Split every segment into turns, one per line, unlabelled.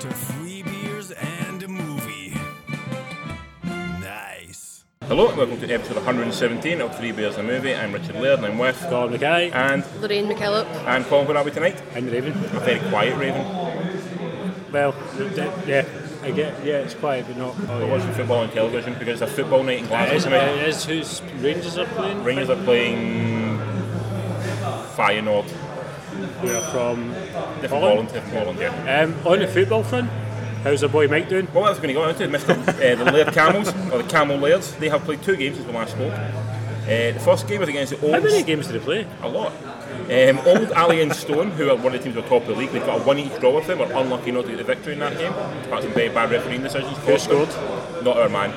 to free beers and a movie. Nice.
Hello, welcome to episode 117 of Three Bears and a Movie. I'm Richard Laird and I'm with
Colin McKay
and
Lorraine McKillop.
and Colin. Where are we tonight?
and Raven.
A very quiet Raven.
Well, th- th- yeah, I get yeah, it's quiet but not. Oh,
We're
yeah.
watching football on television because it's a football night in
It
Glasgow
is,
tonight.
it is who's Rangers are playing.
Rangers are playing Feyenoord.
We are from
Different
Holland.
Holland, different Holland, yeah.
Um, on the football front, how's our boy Mike doing?
What else are we going to go on to? Mr. uh, the Laird Camels, or the Camel Lairds, they have played two games since we last spoke. Uh, the first game was against the Old
How many games did he play?
A lot. Um, Old Alley and Stone, who are one of the teams who are top of the league, they've got a one each draw with them, were unlucky not to get the victory in that game. That's some very bad refereeing decisions.
Who scored? Ah.
Not our man.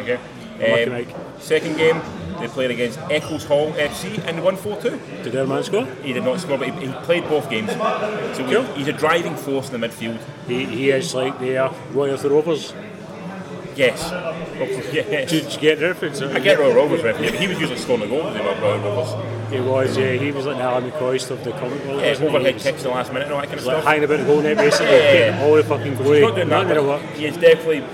Okay.
Unlucky
Um,
Mike.
second game, they played against Eccles Hall FC and won 4 2.
Did our man score?
He did not score, but he, he played both games. So we-
Cool.
he's a driving force in the midfield.
He, he is like the uh, Roy of the Rovers.
Yes. Oh, yes.
Did you get the reference?
I get Royal Rovers referee, but he was usually scoring the goal, they were Royal Rovers.
He was, yeah, he was like the Alan McCoist of the comic world.
Yeah,
wasn't he? He
overhead
was,
kicks in the last minute and all that kind of
Like
stuff.
hanging about the goal net basically,
Yeah, yeah, yeah.
getting all the fucking glory.
He's not doing
Not
that,
gonna
but
work.
he is definitely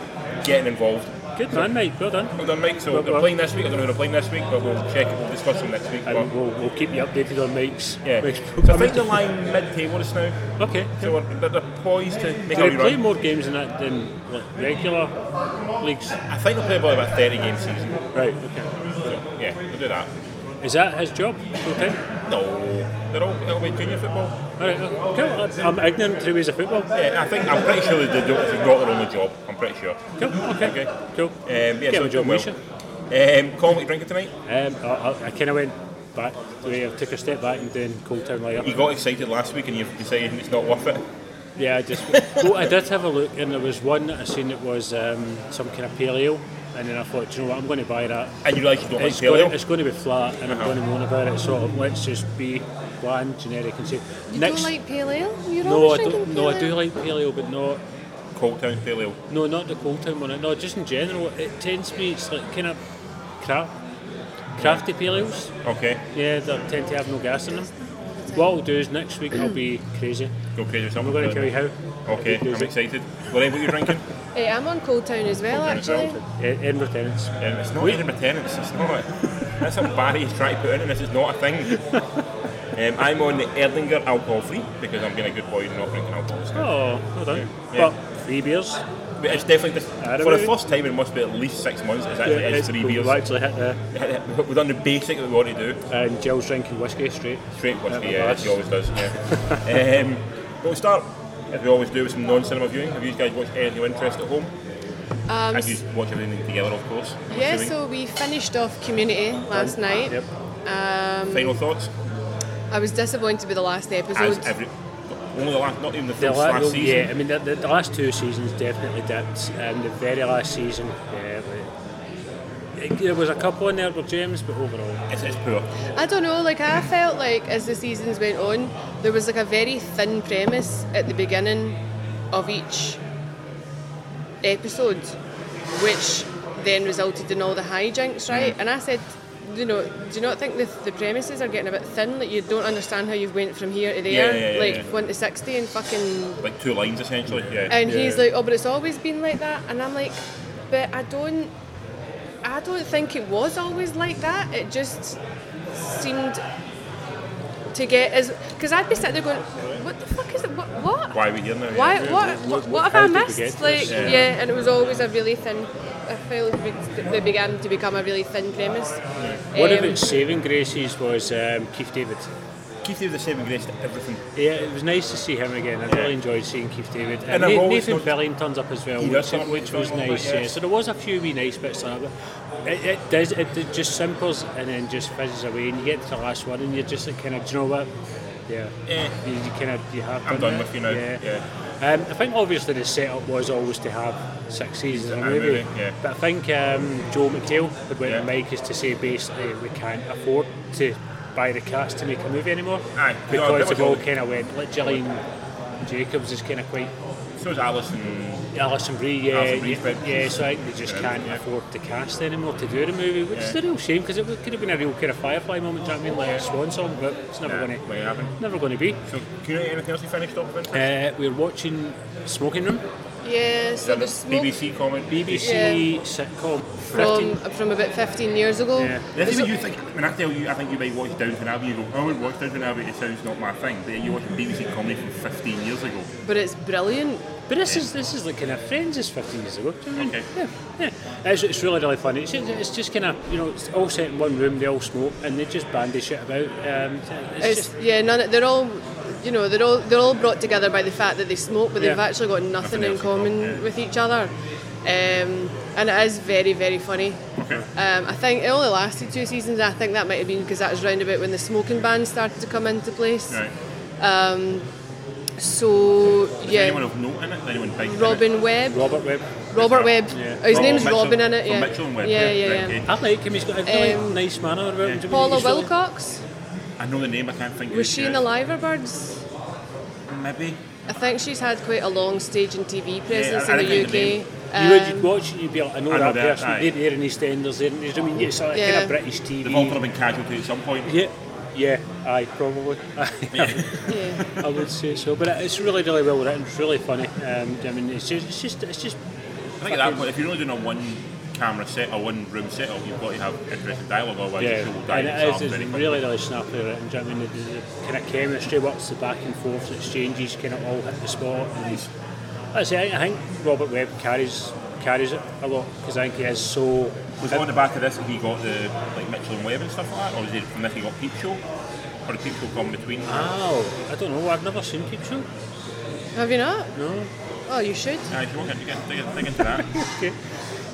getting involved.
Good man, Mike. Well done.
Well done, Mike. So
Well
they're
done.
playing this week. I don't know who they're playing this week, but we'll check it. We'll discuss them next week.
And
But,
we'll, we'll keep you updated on Mike's.
yeah.
Mike's
So I think they're lying mid-table just now.
Okay.
So we're- they're, they're poised to make
Do
a
they play
run.
more games than that than like, regular leagues?
I think they'll play about, about 30 game season.
Right. Okay.
So, yeah, they'll do that.
Is that his job? Okay.
No. They're all, it'll be junior football.
All right. well, Cool. I- I'm ignorant to the ways of football.
Yeah, I think, I'm pretty sure they do, they've got their own job. I'm pretty sure.
Cool. Okay.
Okay.
Cool.
Um, yeah,
Get
so
a job,
well.
Misha.
Um, Colin, what you drinking tonight?
Um, I, I, I kind of went back. the way I took a step back and doing Cold Town Lager.
You got excited last week and you've decided it's not worth it.
Yeah, I just. well, I did have a look, and there was one that I seen that was um, some kind of pale ale, and then I thought, "Do you know what, I'm going to buy that.
And you realise you don't
It's
like
going,
paleo.
it's going to be flat, and
Uh-huh.
I'm going to moan about it. So let's just be bland, generic, and say
You
next.
don't like pale ale? You're
no, I
always
don't.
drinking
No,
pale
I do
ale.
like paleo, but not.
Cold Town Paleo.
No, not the cold town one. No, just in general, it tends to be it's like kind of crap, crafty pale ales.
Okay.
Yeah, they tend to have no gas in them. What I'll do is next week I'll be crazy.
Go crazy or
I'm
something.
going to tell you how.
Okay,
I'll be
I'm
crazy.
excited. Lorraine, what are you drinking?
Eh, I'm on Cold Town as well,
Cold Town as
actually.
Eh, Edinburgh tenants.
Um, it's not even tenants, it's not. That's what Barry is trying to put in, and this is not a thing. Um, I'm on the Erdinger alcohol free because I'm being a good boy and not drinking alcohol. this time.
Oh, well done.
Yeah.
But three beers.
But it's definitely
I
the,
don't
for the
know.
first time in must be at least six months. It's actually it's three
we've
beers.
actually hit the
We've done the basic that we want to do.
and Jill's drinking whiskey straight.
Straight whiskey,
Yeah,
yeah, as
that's-
he always does. Yeah. um, but we'll start, as we always do, with some non-cinema viewing. Have you guys watched anything of interest at home? Um, and you watch everything together, of course. I'm
Yeah,
assuming.
so we finished off Community last night.
Yep.
um,
Final thoughts?
I was disappointed with the last
As
episode.
every, only the last, not even the
The
first
la-
last
no,
season.
yeah, I mean the, the, the last two seasons definitely dipped, and the very last season, yeah, like, it- there was a couple in there with James, but overall,
It's, it's poor.
I don't know, like I felt like as the seasons went on, there was like a very thin premise at the beginning of each episode, which then resulted in all the hijinks, right?
Mm.
And I said, you know, do you not think the, the premises are getting a bit thin? Like you don't understand how you've went from here to there,
Yeah, yeah, yeah,
like
yeah.
one to sixty and fucking.
Like two lines essentially. Yeah.
And he's like, oh, but it's always been like that, and I'm like, but I don't, I don't think it was always like that. It just seemed to get as because I'd be sitting there going, what the fuck is it? What? what?
Why are we here now?
Why,
Yeah.
what, what, what have I
how did we get
missed?
to
Like,
this?
yeah. and it was always a really thin. I felt it they began to become a really thin premise.
one of
Um,
its saving graces was um, Keith David.
Keith gave the saving grace to everything.
Yeah, it was nice to see him again. I really enjoyed seeing Keith David.
And
And,
I've
Na-
always
Nathan
noticed-
Fillion turns up as well,
He
which,
does turn up,
which
he's
was
one of the
nice. Yeah.
best.
So there was a few wee nice bits like that. But it, it does. It, it just simples and then just fizzes away. And you get to the last one, and you're just like, kind of, do you know what? Yeah.
Yeah.
You, you kind of you have.
Eh. I'm
done
done
that.
with you now,
Yeah.
yeah.
Um, I think obviously the setup was always to have six seasons of a
A
movie,
movie, yeah.
but I think um, Joe McDale had went
Yeah.
to Mike is to say basically we can't afford to buy the cats to make a movie anymore
Aye. No,
because
that
they've
was
all
all-
kind of went. Like Gillian Jacobs is kind of quite
so is uh, Alison.
Alison Brie, yeah,
Alison Brie's
yeah,
been-
yeah, so I think they just
Yeah,
can't
yeah.
afford to cast anymore to do the movie, which is
Yeah.
a real shame because it w- could have been a real kind of Firefly moment, do you know what I mean? Like a swan song, but it's never
Yeah,
going
might
to
happen.
never going to be.
So, can you anything else you finished up with?
Uh, we're watching Smoking Room,
Yeah, so the smoke
BBC comment.
BBC sitcom.
from
15.
from about 15 years ago.
Yeah.
This is what you think. When I tell you, I think you might watch Downton Abbey, you go, "Oh, I would watch Downton Abbey, it sounds not my thing. But you're watching BBC comedy from 15 years ago.
But it's brilliant.
But this is this is like kind of Friends is 15 years ago. Do you know what I
Okay.
mean? Yeah, yeah. It's, it's really really funny. It's, it's just kind of you know it's all set in one room. They all smoke and they just bandy shit about. Um, it's
It's,
just,
yeah, none. They're all, you know, they're all they're all brought together by the fact that they smoke, but they've
Yeah.
actually got nothing,
Nothing
in
else in common,
common
yeah.
with each other. Um, and it is very very funny.
Okay.
Um, I think it only lasted two seasons. I think that might have been because that was round about when the smoking ban started to come into place.
Right.
So
Is anyone
yeah,
of note in it? Is anyone big? in it?
Robin Webb.
Robert Webb.
Robert Webb.
Yeah.
Oh, his
Oh,
name's
Mitchell-
Robin in it.
oh,
Yeah.
Mitchell and Webb,
Yeah,
yeah,
yeah,
right,
yeah.
okay.
I like him. He's got a really
Um,
nice manner about him. do you know what I
Paula
mean? He's really-
Wilcox.
I know the name, I can't think of
Was
who
she in the
is.
Liverbirds?
Maybe.
I think she's had quite a long stage and TV presence
I- I
in
recognise
the Um,
the
UK.
You would you'd watch it, you'd be like, I know,
I know
that,
that,
person.
aye.
They're there in EastEnders. They're in these. I mean, it's like a kind
Yeah.
of British TV.
They've all been casualty at some point.
yeah, yeah, aye, probably.
yeah.
I would say so. But it's really, really well written. It's really funny. Um, I mean, it's just, it's just, it's just
I think at that point, if you're only doing a one camera set or one room setup, you've got to have interesting dialogue, otherwise
Yeah,
the show will die
and it
itself
is it's
very quickly.
really, really snappy written. Do you know what I mean? The, the, the kind of chemistry works, the back and forth exchanges kind of all hit the spot. And it's, I say, I think Robert Webb carries carries it a lot because I think he is so.
Was on the back of this he got the like Mitchell and Webb and stuff like that, or was it from this he got Peep Show? Or did Peep Show come between?
Ah. Wow, I don't know. I've never seen Keep Show.
Have you not?
No.
Oh, you should.
Aye, if you want to dig, dig, dig into that.
Okay.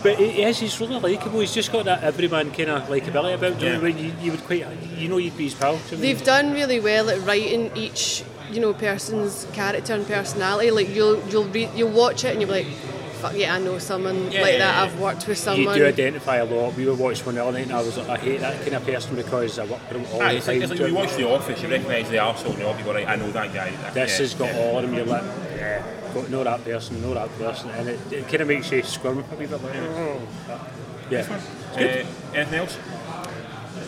But he he is, he's really likeable. He's just got that everyman kind of likeability about him.
Yeah.
When you, you would quite, you know, you'd be his pal. do you know what I mean?
They've done really well at writing each, you know, person's character and personality. Like you'll you'll read you'll watch it and you'll be like, fuck yeah, I know someone
Yeah,
like
yeah,
that.
yeah.
I've worked with
You
someone.
do identify a lot. We were watching one the other night and I was like, I hate that kind of person because I work with him all
Aye,
the
it's like,
time.
it's like when you
do you know what I mean?
watch The Office, you recognise the arsehole and you all go, right, I know that guy. That,
This
yeah,
has got all of them. You're like, yeah, got know that person, know that person, and it, it kind of makes you squirm a wee bit. Like, oh,
Mm.
fuck." yeah.
Uh, anything else?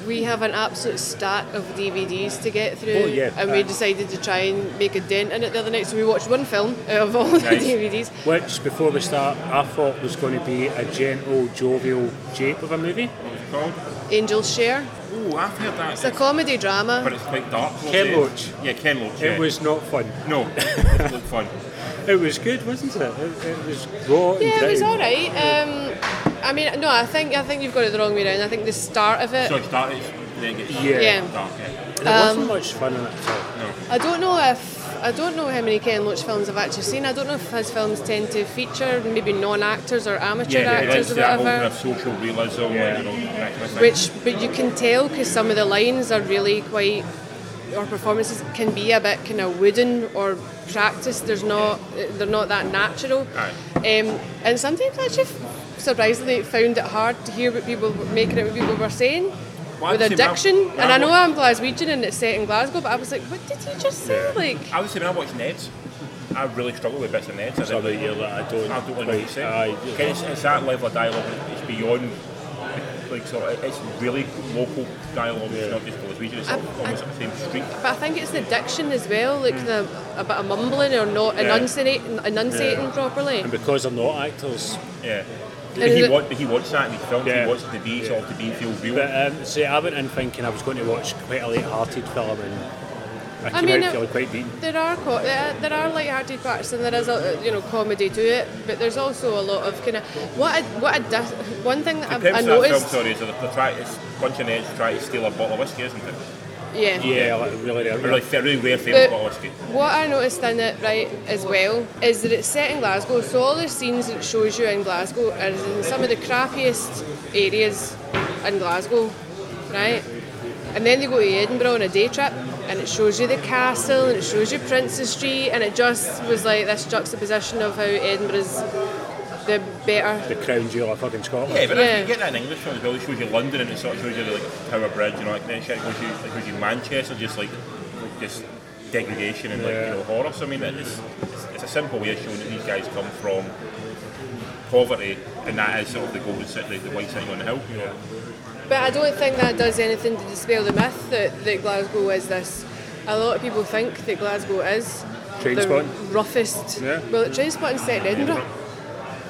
We have an absolute stack of DVDs to get through,
Oh, yeah.
and we
Uh,
decided to try and make a dent in it the other night. So we watched one film out of all the
Nice.
DVDs.
Which before we start, I thought was going to be a gentle, jovial jape of a movie.
What was it called?
Angels Share.
Oh, I've heard that.
It's a comedy drama.
but it's quite dark. What's
Ken
it?
Loach.
Yeah, Ken Loach. yeah.
It was not fun.
No, it looked fun.
It was good, wasn't it? It, it was raw and
Yeah, it was
gritty.
all right. Um, I mean, no, I think I think you've got it the wrong way around. I think the start of
So
it,
it started, then it gets
Yeah.
Yeah.
dark. Yeah.
There
Um,
wasn't much fun in it at all.
I don't know if I don't know how many Ken Loach films I've actually seen. I don't know if his films tend to feature maybe non-actors or amateur
Yeah, it
actors
likes
or
that whole
whatever.
kind of social realism,
Yeah.
and, you know, that kind of thing.
Which, but you can tell because some of the lines are really quite, or performances can be a bit kind of wooden or practiced. There's not, they're not that natural.
Aye.
Um, and sometimes I just surprisingly found it hard to hear what people were making out what people were saying.
Well,
with
I'd say my-
addiction,
my
and I know
wa-
I'm Glaswegian and it's set in Glasgow, but I was like, "What did he just say?" Like,
I would say when I watch Neds, I really struggle with bits of Neds. I
It's all
don't-
about you, like, I don't,
I don't
quite,
know what you say.
aye,
It's, it's that level of dialogue. It's beyond, like, sort of, it's really local dialogue. It's not just Glaswegian. It's
I-
almost at the same street.
but I think it's the diction as well, like the a bit of mumbling or not
Yeah.
enunciating, enunciating properly.
And because they're not actors,
Yeah. But
And
he,
the-
wa- but he wants that in his films.
Yeah.
He wants it to be sort of to be feel real.
But um, see, I went in thinking I was going to watch quite a light-hearted film, and I came
mean,
out
it-
feeling quite beaten.
There are co- there there are light-hearted parts and there is a you know comedy to it, but there's also a lot of kind of what I, what I dis- one thing that
the
I've,
premise
I
of that film,
noticed.
sorry, is that they're trying to punch an edge, try to steal a bottle of whiskey, isn't it?
Yeah.
Yeah, like, really,
A
really.
really, a really rare famous
But-
bottle of whiskey.
What I noticed in it, right, as well, is that it's set in Glasgow, so all the scenes that it shows you in Glasgow are in some of the crappiest areas in Glasgow, right? And then they go to Edinburgh on a day trip, and it shows you the castle, and it shows you Prince's Street, and it just was like this juxtaposition of how Edinburgh's the better
The crown jewel of fucking Scotland.
Yeah, but
Yeah.
if you get that in English film as well, it shows you London and it sort of shows you the like Tower Bridge and all that kind of shit. It shows you, it shows you Manchester, just like, like just degradation and like you
Yeah.
know horror. So I mean, it's, it's it's a simple way of showing that these guys come from poverty, and that is sort of the golden city, the white sitting on the hill. You know,
But I don't think that does anything to dispel the myth that, that Glasgow is this. A lot of people think that Glasgow is the
Trainspotting.
roughest.
Yeah.
Well, Trainspotting's set in Edinburgh.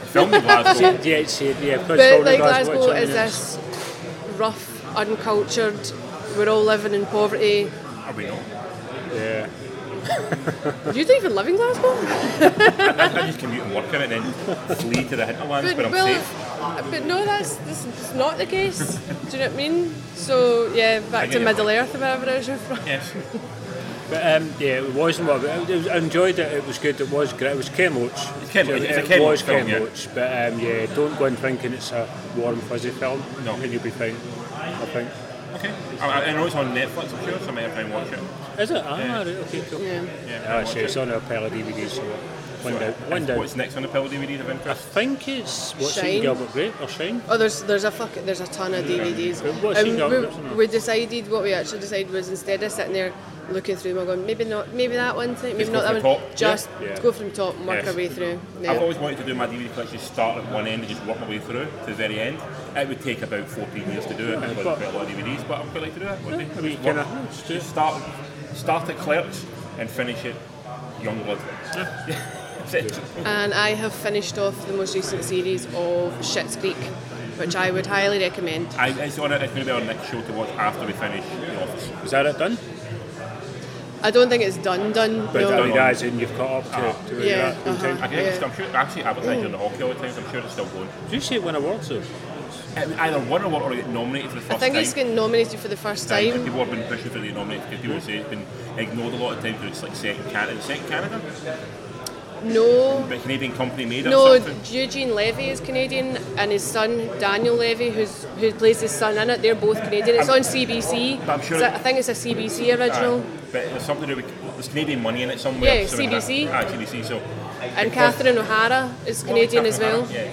filmed in Glasgow.
yeah, it's, yeah, yeah, because
But
it's
like
Glasgow,
Glasgow
it's
is this rough, uncultured, we're all living in poverty.
Are we not?
Yeah.
You don't even live in Glasgow?
I just commute and work in it, and then flee to the hinterlands where I'm safe.
but no, that's, that's that's not the case. Do you know what I mean? So, yeah, back
get
to
your
Middle Earth or wherever it is you're from.
Yes.
But um, yeah, it wasn't what it was, I enjoyed it. It was good. It was great. It was Ken Loach.
It's Ken Loach,
It,
it's a Ken
was
Loach film,
Ken
yeah.
Loach. But um, yeah, don't go in thinking it's a warm fuzzy film.
No.
and you'll be fine. I think.
Okay. I, I know it's on Netflix, I'm sure, so I might have time to watch it.
Is it? Ah, right, okay, cool.
Yeah.
Yeah,
Ah,
I'll watch
shit, it's
it.
on a pile of DVDs. So one down. One down.
What's next on the Pill DVD of
I
interest?
think it's what's
Shine.
it Gilbert Grape or Shine.
Oh, there's there's a fuck, there's a ton of DVDs.
But what's he got? What's in
we,
it?
we decided what we actually decided was instead of sitting there looking through them, I'm going maybe not, maybe that one thing, maybe
Just
not
go
that
from
one.
top, yeah?
Just
Yeah.
go from top and work
Yes.
our way through.
I've
Yeah.
always wanted to do my DVD collection, start at one end and just work my way through to the very end. It would take about 14 years to do it because
but-
I've got a lot of DVDs, but I would quite like to do that. one day.
I mean,
Just
kinda-
work- just start, start at Clerks and finish at Youngblood. That's it.
And I have finished off the most recent series of Shit's Creek, which I would highly recommend.
I, it's, on, it's going to be our next show to watch after we finish The Office.
Is that it done?
I don't think it's done done.
But I mean,
no.
done.
as in you've caught up to,
Ah.
to where you're
Yeah,
at. full
uh-huh.
I
time.
think it's,
Yeah.
I'm sure actually advertising on the hockey all the time, so I'm sure it's still going.
Did you see it win awards though?
It either won or or get nominated for the first
I think
time.
it's getting nominated for the first
time. and
time.
People have been pushing for the nomination because people say it's been ignored a lot of times because it's like set in Canada. Set in Canada?
No,
But a Canadian company made it
No,
or something?
Eugene Levy is Canadian, and his son Daniel Levy, who's who plays his son in it, they're both Canadian. It's on CBC.
But I'm sure
It's a-
it-
I think it's a CBC original.
Aye. But there's something to do with, there's Canadian money in it somewhere.
Yeah,
so in that-
CBC.
Ah, CBC, so.
and Catherine O'Hara
Oh,
is Canadian as well.
Yeah.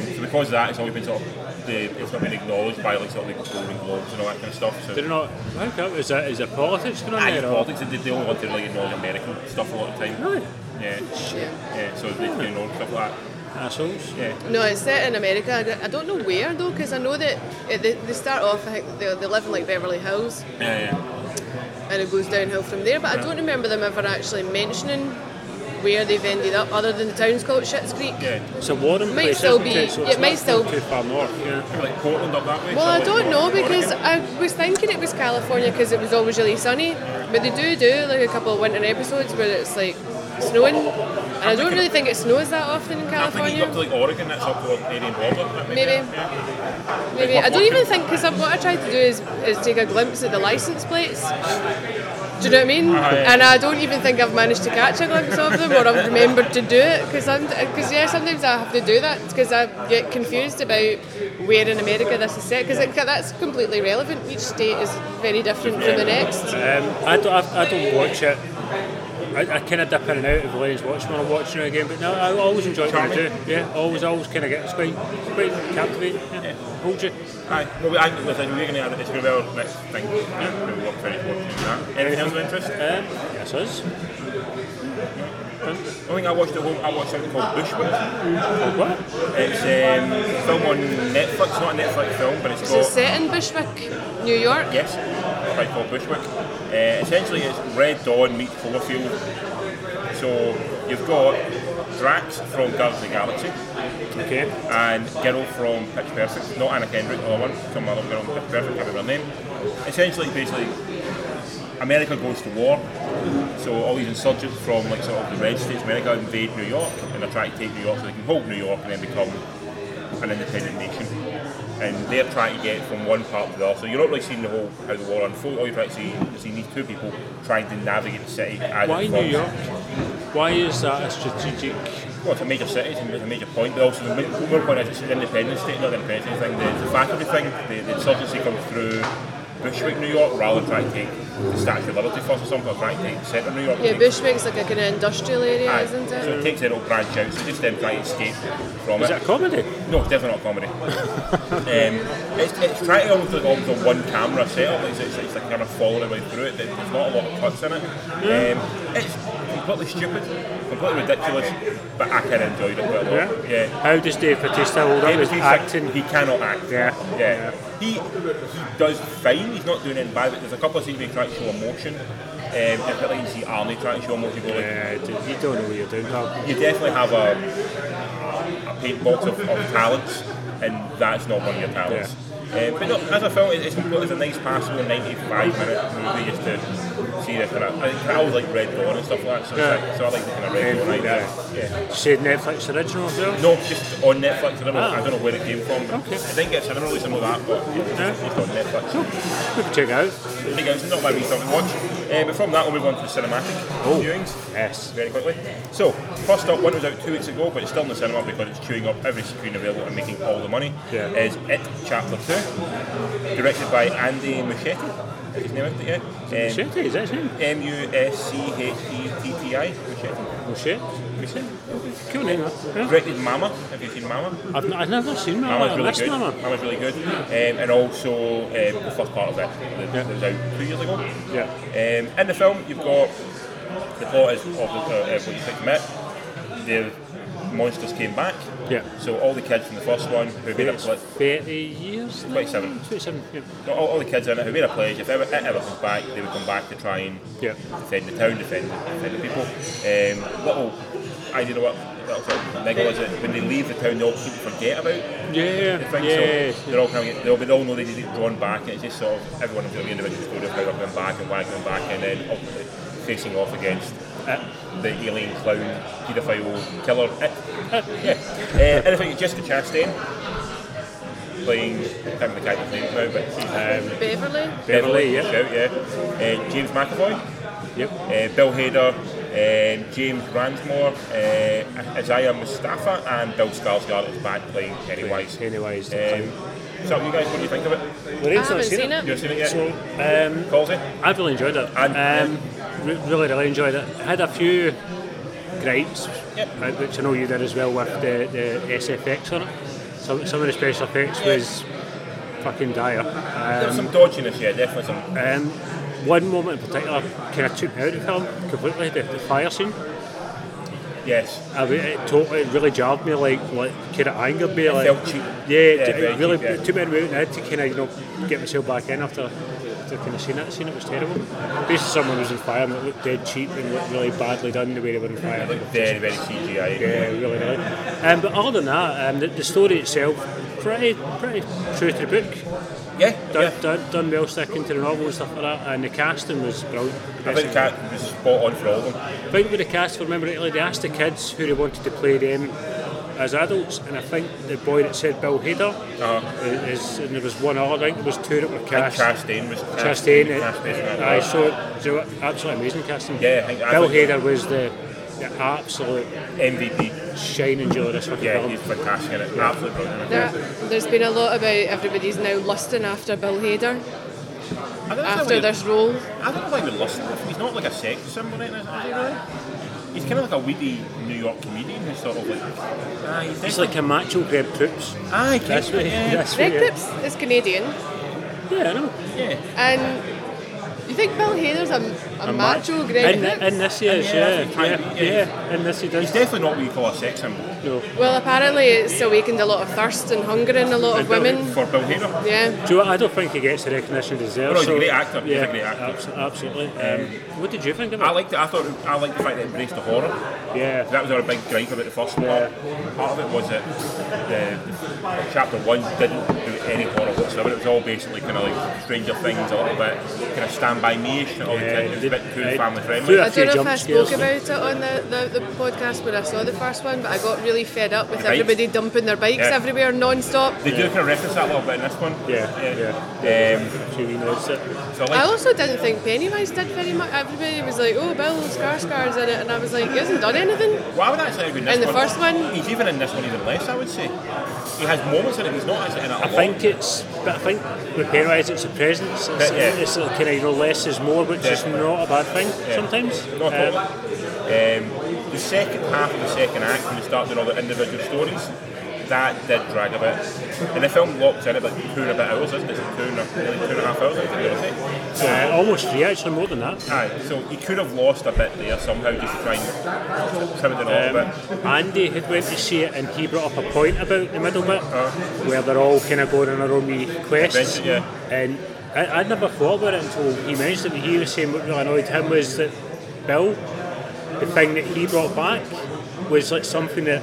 Um, so because of that, it's always been sort of, the, it's not been acknowledged by like sort of the Golden Globes and all that kind of stuff. So.
Did it not? I think that was that. Is there politics going on
I
there?
just
or-
politics, they, they only want to like acknowledge American stuff a lot of the time.
Really?
Yeah,
Yeah.
yeah, so they you know stuff like that.
Assholes.
Yeah.
No, it's set in America. I don't- I don't know where though, because I know that it, they, they start off. I think they, they live in like Beverly Hills,
Yeah, yeah.
and it goes downhill from there. But I don't remember them ever actually mentioning where they've ended up, other than the town's called Shit's Creek.
yeah.
It's a warm
Might
place,
still
isn't
be-
it? So
it
it's
might
not
still-
too far north. Yeah.
Like Portland up that way.
Well, I
Portland,
don't know
Oregon.
because I was thinking it was California because it was always really sunny, but they do do like a couple of winter episodes where it's like snowing, and I don't really think it snows that often in
I think you go up to
California.
like Oregon, that's up towards the Canadian border. that may be-
Maybe.
Yeah.
Maybe I don't even think because what I tried to do is, is take a glimpse at the license plates. Do you know what I mean?
yeah.
And I don't even think I've managed to catch a glimpse of them or I've remembered to do it because because yeah, sometimes I have to do that because I get confused about where in America this is set because that's completely relevant. Each state is very different from the next.
Um, I don't. I, I don't watch it. I, I kind of dip in and out of Lane's watch when I'm watching it again, but no, I always enjoy it when I do. Yeah, always, always kind of get it's quite, it's quite captivating. Yeah. Hold you. Um,
Aye. Well, I, listen, we're going to add it to our next thing. Yeah, we'll work very much on that. Anything else of interest?
Um, yes, us.
I think I watched at home. I watched something called Bushwick.
Oh, what?
It's um, a film on Netflix. It's not a Netflix film, but it's
So
got
it's set in Bushwick, New York.
Yes, by Paul Bushwick. Uh, essentially, it's Red Dawn meets Cloverfield. So you've got Drax from Guardians of the Galaxy
Okay.
and Girl from Pitch Perfect. Not Anna Kendrick, the other one. Some other girl from Pitch Perfect, I can't remember her name. Essentially, basically, America goes to war. So all these insurgents from like sort of the red states of America invade New York and they're trying to take New York so they can hold New York and then become an independent nation. And they're trying to get from one part to the other. So you're not really seeing the whole how the war unfolds. All you're trying to see is seeing these two people trying to navigate the city. As it
Why New
forms.
York? Why is that a strategic?
Well, it's a major city, it's a it's a major point, but also the ma- more point is it's an independent state, not an independent thing. The, the faculty thing, the, the insurgency comes through Bushwick, New York, rather than try to take the Statue of Liberty first or something, or try to take centre New York.
Yeah,
It takes-
Bushwick's like a kind of industrial area,
Aye.
isn't
So it
it?
takes a little branch out, so just them trying to escape from
Is
it.
it a comedy?
No, it's definitely not comedy. um, it's, it's trying to almost like almost a one camera setup. It's, it's, it's like kind of following way through it. There's not a lot of cuts in it. Um, it's completely stupid, completely ridiculous, but I kind of enjoyed it quite a lot. Yeah.
How does Dave Bautista hold up
David
with
Hughes,
acting?
He cannot act.
Yeah.
Yeah. He, he does fine. He's not doing anything bad. But there's a couple of scenes where he tries to show emotion. Um, and particularly you see Arnie trying to show emotion. Go like,
Yeah, dude, you don't know what you're doing, pal.
you definitely have a, a paint box of, of talents, and that's not one of your talents. Uh, but no, as a film, it- it's, it's a nice passable 95 minute movie just to see this kind of. I, think- I always like Red Dawn and stuff like that, so, it's
Yeah.
like, so I like the kind of Red
Yeah,
Dawn
like
idea.
that.
Yeah.
You said Netflix original as well?
No, just on Netflix. I don't know,
Ah.
I don't know where it came from. But
Okay.
I think it's, I don't really know that, but it's
Yeah.
just on Netflix.
We can check it out.
There you go, it's not my recent watch. Uh, but from that, we'll move on to cinematic viewings
Oh, Yes.
very quickly. So, first up, one was out two weeks ago, but it's still in the cinema because it's chewing up every screen available and making all the money,
Yeah.
is It Chapter 2, directed by Andy Muschietti. Is his name out there yet? Um,
Machete, is that his name?
E M-U-S-C-H-E-T-T-I, Muschietti.
Machete. Machete. Cool name, huh? Yeah.
Directed Mama, have you seen Mama?
I've, n- I've never seen that.
Mama's
I've
really
missed
good.
that one.
Mama's really good. Um, and also um, the first part of it that
Yeah.
that was out two years ago.
Yeah.
Um, in the film, you've got the plot is of the, uh, what you think met. The monsters came back.
Yeah.
So all the kids from the first one who made a
It's
pledge,
30 years now?
27.
27, yeah.
all, all the kids in it who made a pledge, if ever it ever comes back, they would come back to try and
Yeah.
defend the town, defend, defend the people. Um, little, I don't know what little sort of niggle is it. When they leave the town, they all seem to forget about
Yeah,
the thing.
yeah.
So they're all kind of, they'll, they all know they need it drawn back, and it's just sort of everyone has got the individual story of how they're going back and wagging back, and then ultimately facing off against
Uh,
the alien clown pedophile killer. uh, yeah. Uh, anything, Jessica Chastain playing, I can't remember the character's name now, but um,
Beverly.
Beverly, yeah.
shout, yeah. Uh, James McAvoy,
Yep.
uh, Bill Hader, um, James Ransmore, uh, Isaiah Mustafa, and Bill Skarsgård is back playing Pennywise.
Pennywise, the
Um, so, you guys, what do you think of it?
Lorraine's
I
not
haven't seen it.
You've seen it yet?
So, um,
Colsey?
I've really enjoyed it.
And-
um, re- really, really enjoyed it. Had a few gripes,
Yep.
uh, which I know you did as well with the, the SFX on it. Some, some of the special effects
Yeah.
was fucking dire.
There's some dodginess here, definitely some.
Um, one moment in particular kind of took me out of the film completely, the, the fire scene.
Yes.
I mean, it totally it really jarred me, like, like kind of angered me. like,
felt cheap.
Yeah, it,
Yeah,
it
very
really
cheap, yeah.
it took me out of it and I had to kind of, you know, get myself back in after, after kind of seen it. Seen it was terrible. Basically, someone was in fire and it looked dead cheap and looked really badly done the way they were in fire.
Like very, very CGI.
Yeah, really, really. Um, but other than that, um, the, the story itself, pretty, pretty true to the book.
Yeah.
Done,
yeah.
done, done well sticking to the novel and stuff like that. And the casting was brilliant.
I think Cat was spot on for all of them.
I think with the cast, if I remember rightly, they asked the kids who they wanted to play them as adults, and I think the boy that said Bill Hader
Uh-huh.
is, and there was one other. I think there was two that were
think
cast.
Chastain was
Chastain, it-
Chastain,
I saw it. So absolutely amazing casting.
Yeah, I think- I
Bill
think-
Hader was the, the absolute
MVP.
shining jewel of this fucking
Yeah,
film.
he's fantastic in it. Absolutely brilliant.
There, there's been a lot about everybody's now lusting after Bill Hader
I don't
after this role.
I don't know why we lost him. He's not like a sex symbol or anything, is he really? He's kind of like a weedy New York comedian who's sort of like. Ah, he's
It's like a macho Greg Proops.
Ah, he
That's
can-
what.
yeah.
That's what.
Greg
Yeah,
Proops is Canadian,
yeah I know.
Yeah.
and you think Bill Hader's a, a,
ma-
macho Greg
In,
Proops?
in this year,
Yeah,
yeah,
I
yeah,
think- yeah,
yeah. In this he does.
He's definitely not what you call a sex symbol.
no.
Well, apparently it's awakened a lot of thirst and hunger in a lot of
Bill-
women.
For Bill Hader.
Yeah.
Do you know what, I don't think he gets the recognition he deserves.
no, he's a
so-
great actor, he's a
Yeah,
great actor.
abs- absolutely. Um, what did you think of it?
I liked it. I thought I liked the fact that it embraced the horror.
yeah,
That was our big gripe about the first one. Part of it was that the, the chapter one didn't do any horror whatsoever. It was all basically kind of like Stranger Things, a little bit kind of Stand By Me ish, and all
Yeah,
the kids. It was a bit too
I-
family friendly.
Yeah.
I don't know if
jump
I spoke
scares,
about it on the, the, the podcast when I saw the first one, but I got really fed up with
Bikes.
everybody dumping their bikes
Yeah.
everywhere non-stop.
They do kind of reference that a little bit in this one.
Yeah,
Um,
so we noticed it.
so I
I
like
also didn't think Pennywise did very much. Everybody was like, "Oh, Bill Skarsgård's in it," and I was like, "He hasn't done anything."
Well, I would actually agree. In, this
And the
one,
first one-
he's even in this one even less. I would say he has moments in it. He's not actually in it a
I
lot.
think think it's, but I think with Pennywise it's a presence. It's,
But, yeah.
it's like, kind of, you know, less is more, which is
Yeah.
not a bad thing sometimes.
No,
Um,
totally. Um, the second half of the second act, when we start doing all the individual stories, that did drag a bit. And the film locks in at like two and a bit hours, isn't it? It's like two and a, nearly two and a half hours, I think, I would say. So,
uh, almost three, actually, more than that.
aye, so you could have lost a bit there somehow just to try and trim it all a bit.
Um, Andy had went to see it and he brought up a point about the middle bit where they're all kind of going on their own wee quests.
Adventure, yeah.
And I, I never thought about it until he mentioned it. But he was saying what really annoyed him was that Bill, the thing that he brought back, was like something that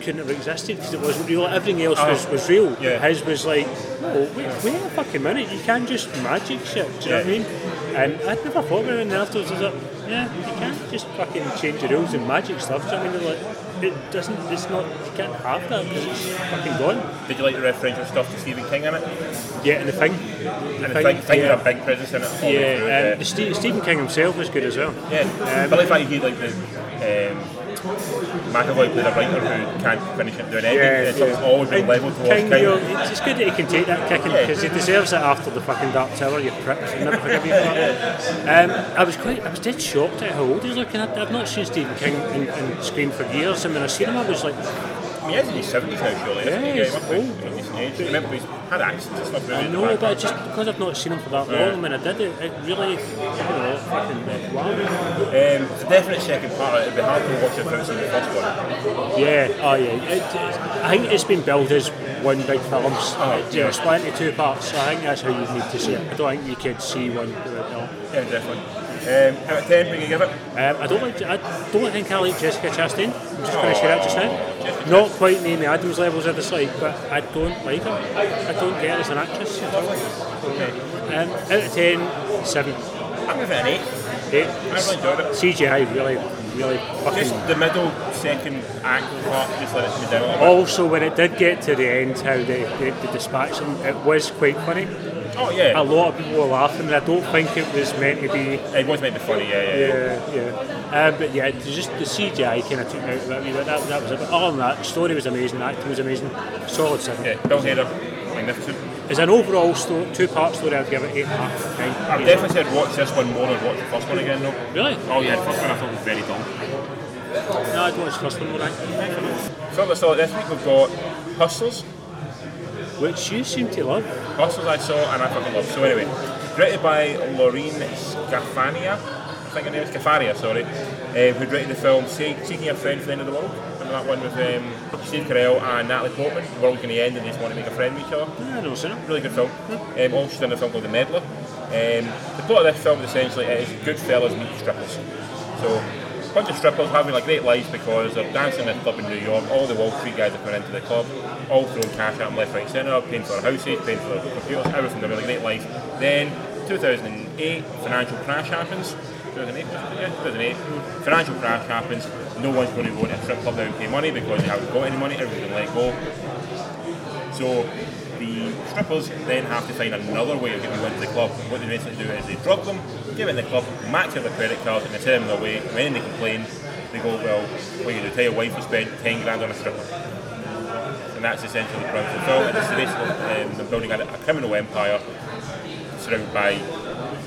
couldn't have existed because it wasn't real. Everything else was,
Oh,
was real.
yeah.
His was like, no, wait, wait a fucking minute, you can't just magic shit. Do you know what I
Yeah.
mean? And I'd never thought about it. And afterwards, I was like, yeah, you can't just fucking change the rules and magic stuff. Do you know what I mean? They're Like, it doesn't. It's not. You can't have that because it's fucking gone.
Did you like the referential stuff to Stephen King in it?
Yeah, and the thing.
And the thing, thing
yeah.
had a big presence in it. all the way through,
Yeah,
yeah.
um, the Ste Stephen King himself was good as well.
Yeah,
Um,
but like fact you like the um, McAvoy played a writer who can't finish it doing anything. it's always been
And
leveled towards
King,
King.
you know, it's it's good that he can take that kicking
Yeah.
because he deserves it after the fucking Dark Tower, you prick. I'll never forgive you for that. Um, I was quite, I was dead shocked at how old he's looking. I, I've not seen Stephen King in, in screen for years, and when I seen him, I was like,
I mean, he's in his seventies now, surely. isn't
Yeah,
he?
he's
he must be
old.
in his age. Remember, he's had accidents and stuff.
I
really,
know,
back-
but just because I've not seen him for that long,
Yeah.
and when I did it, it really, you know, fucking, uh, wow.
Um, the definite second part, it'd be hard to watch it without seeing the first one.
Yeah, oh yeah. It, it- I think it's been billed as one big film.
Oh,
yeah. It's split into two parts, so I think that's how you need to see it. I don't think you could see one without the other.
Yeah, definitely. Um, out of ten, would you give it?
Um, I don't like. I don't think I like Jessica Chastain. I'm just going to share that just now. Not quite Naomi Adams levels I dislike, but I don't like her. I don't get her as an actress. at all. Um, out of ten, seven,
I'm giving it an eight.
eight.
I really enjoyed it.
CGI really, really fucking.
Just the middle second act part, just let it be down a little
Also, when it did get to the end, how they, they, they dispatched them, it was quite funny.
bit. Oh yeah,
a lot of people were laughing. and I don't think it was meant to be.
it was meant to be funny. Yeah, yeah.
Yeah, yeah. Um, but yeah, it was just the CGI kind of took me out of it. I mean, but that, that was it. But other than that, the story was amazing, acting was amazing. Solid seven.
yeah. Bill Hader, magnificent.
As an overall sto- two-part story, I'd give it eight and a half. nine.
I've
Eight.
definitely said watch this one more than watch the first one again though.
Really?
Oh yeah, the first one I thought was very dull.
No, I'd watch the first one more. Right?
So that's all this week we've got Hustlers.
Which you seem to love.
Hustlers I saw and I fucking loved. So anyway, directed by Laureen Scafania, I think her name is Scafaria, sorry, um, who directed the film Se- Seeking a Friend for the End of the World. Remember that one with um, Steve Carell and Natalie Portman? The world's going to end and they just want to make a friend with each other.
Yeah, I don't see it.
Really good film. Um, also done a film called The Meddler. Um, the plot of this film is essentially it is Goodfellas meet strippers. So a bunch of strippers having like great lives because they're dancing in a club in New York. All the Wall Street guys are coming into the club, all throwing cash at them left, right, centre, paying for their houses, paying for their computers, everything. They're really great life. Then 2008 financial crash happens. 2008, was it? yeah, 2008. Financial crash happens. No one's going to go to a strip club now and pay money because they haven't got any money. Everything's let go. So the strippers then have to find another way of getting them into the club. What they basically do is they drug them, give it in the club, match up their credit cards, and they send them away. When they complain, they go, well, what you do, tell your wife you spent 10 grand on a stripper. And that's essentially the premise of the film. It's basically um, them building a, a criminal empire surrounded by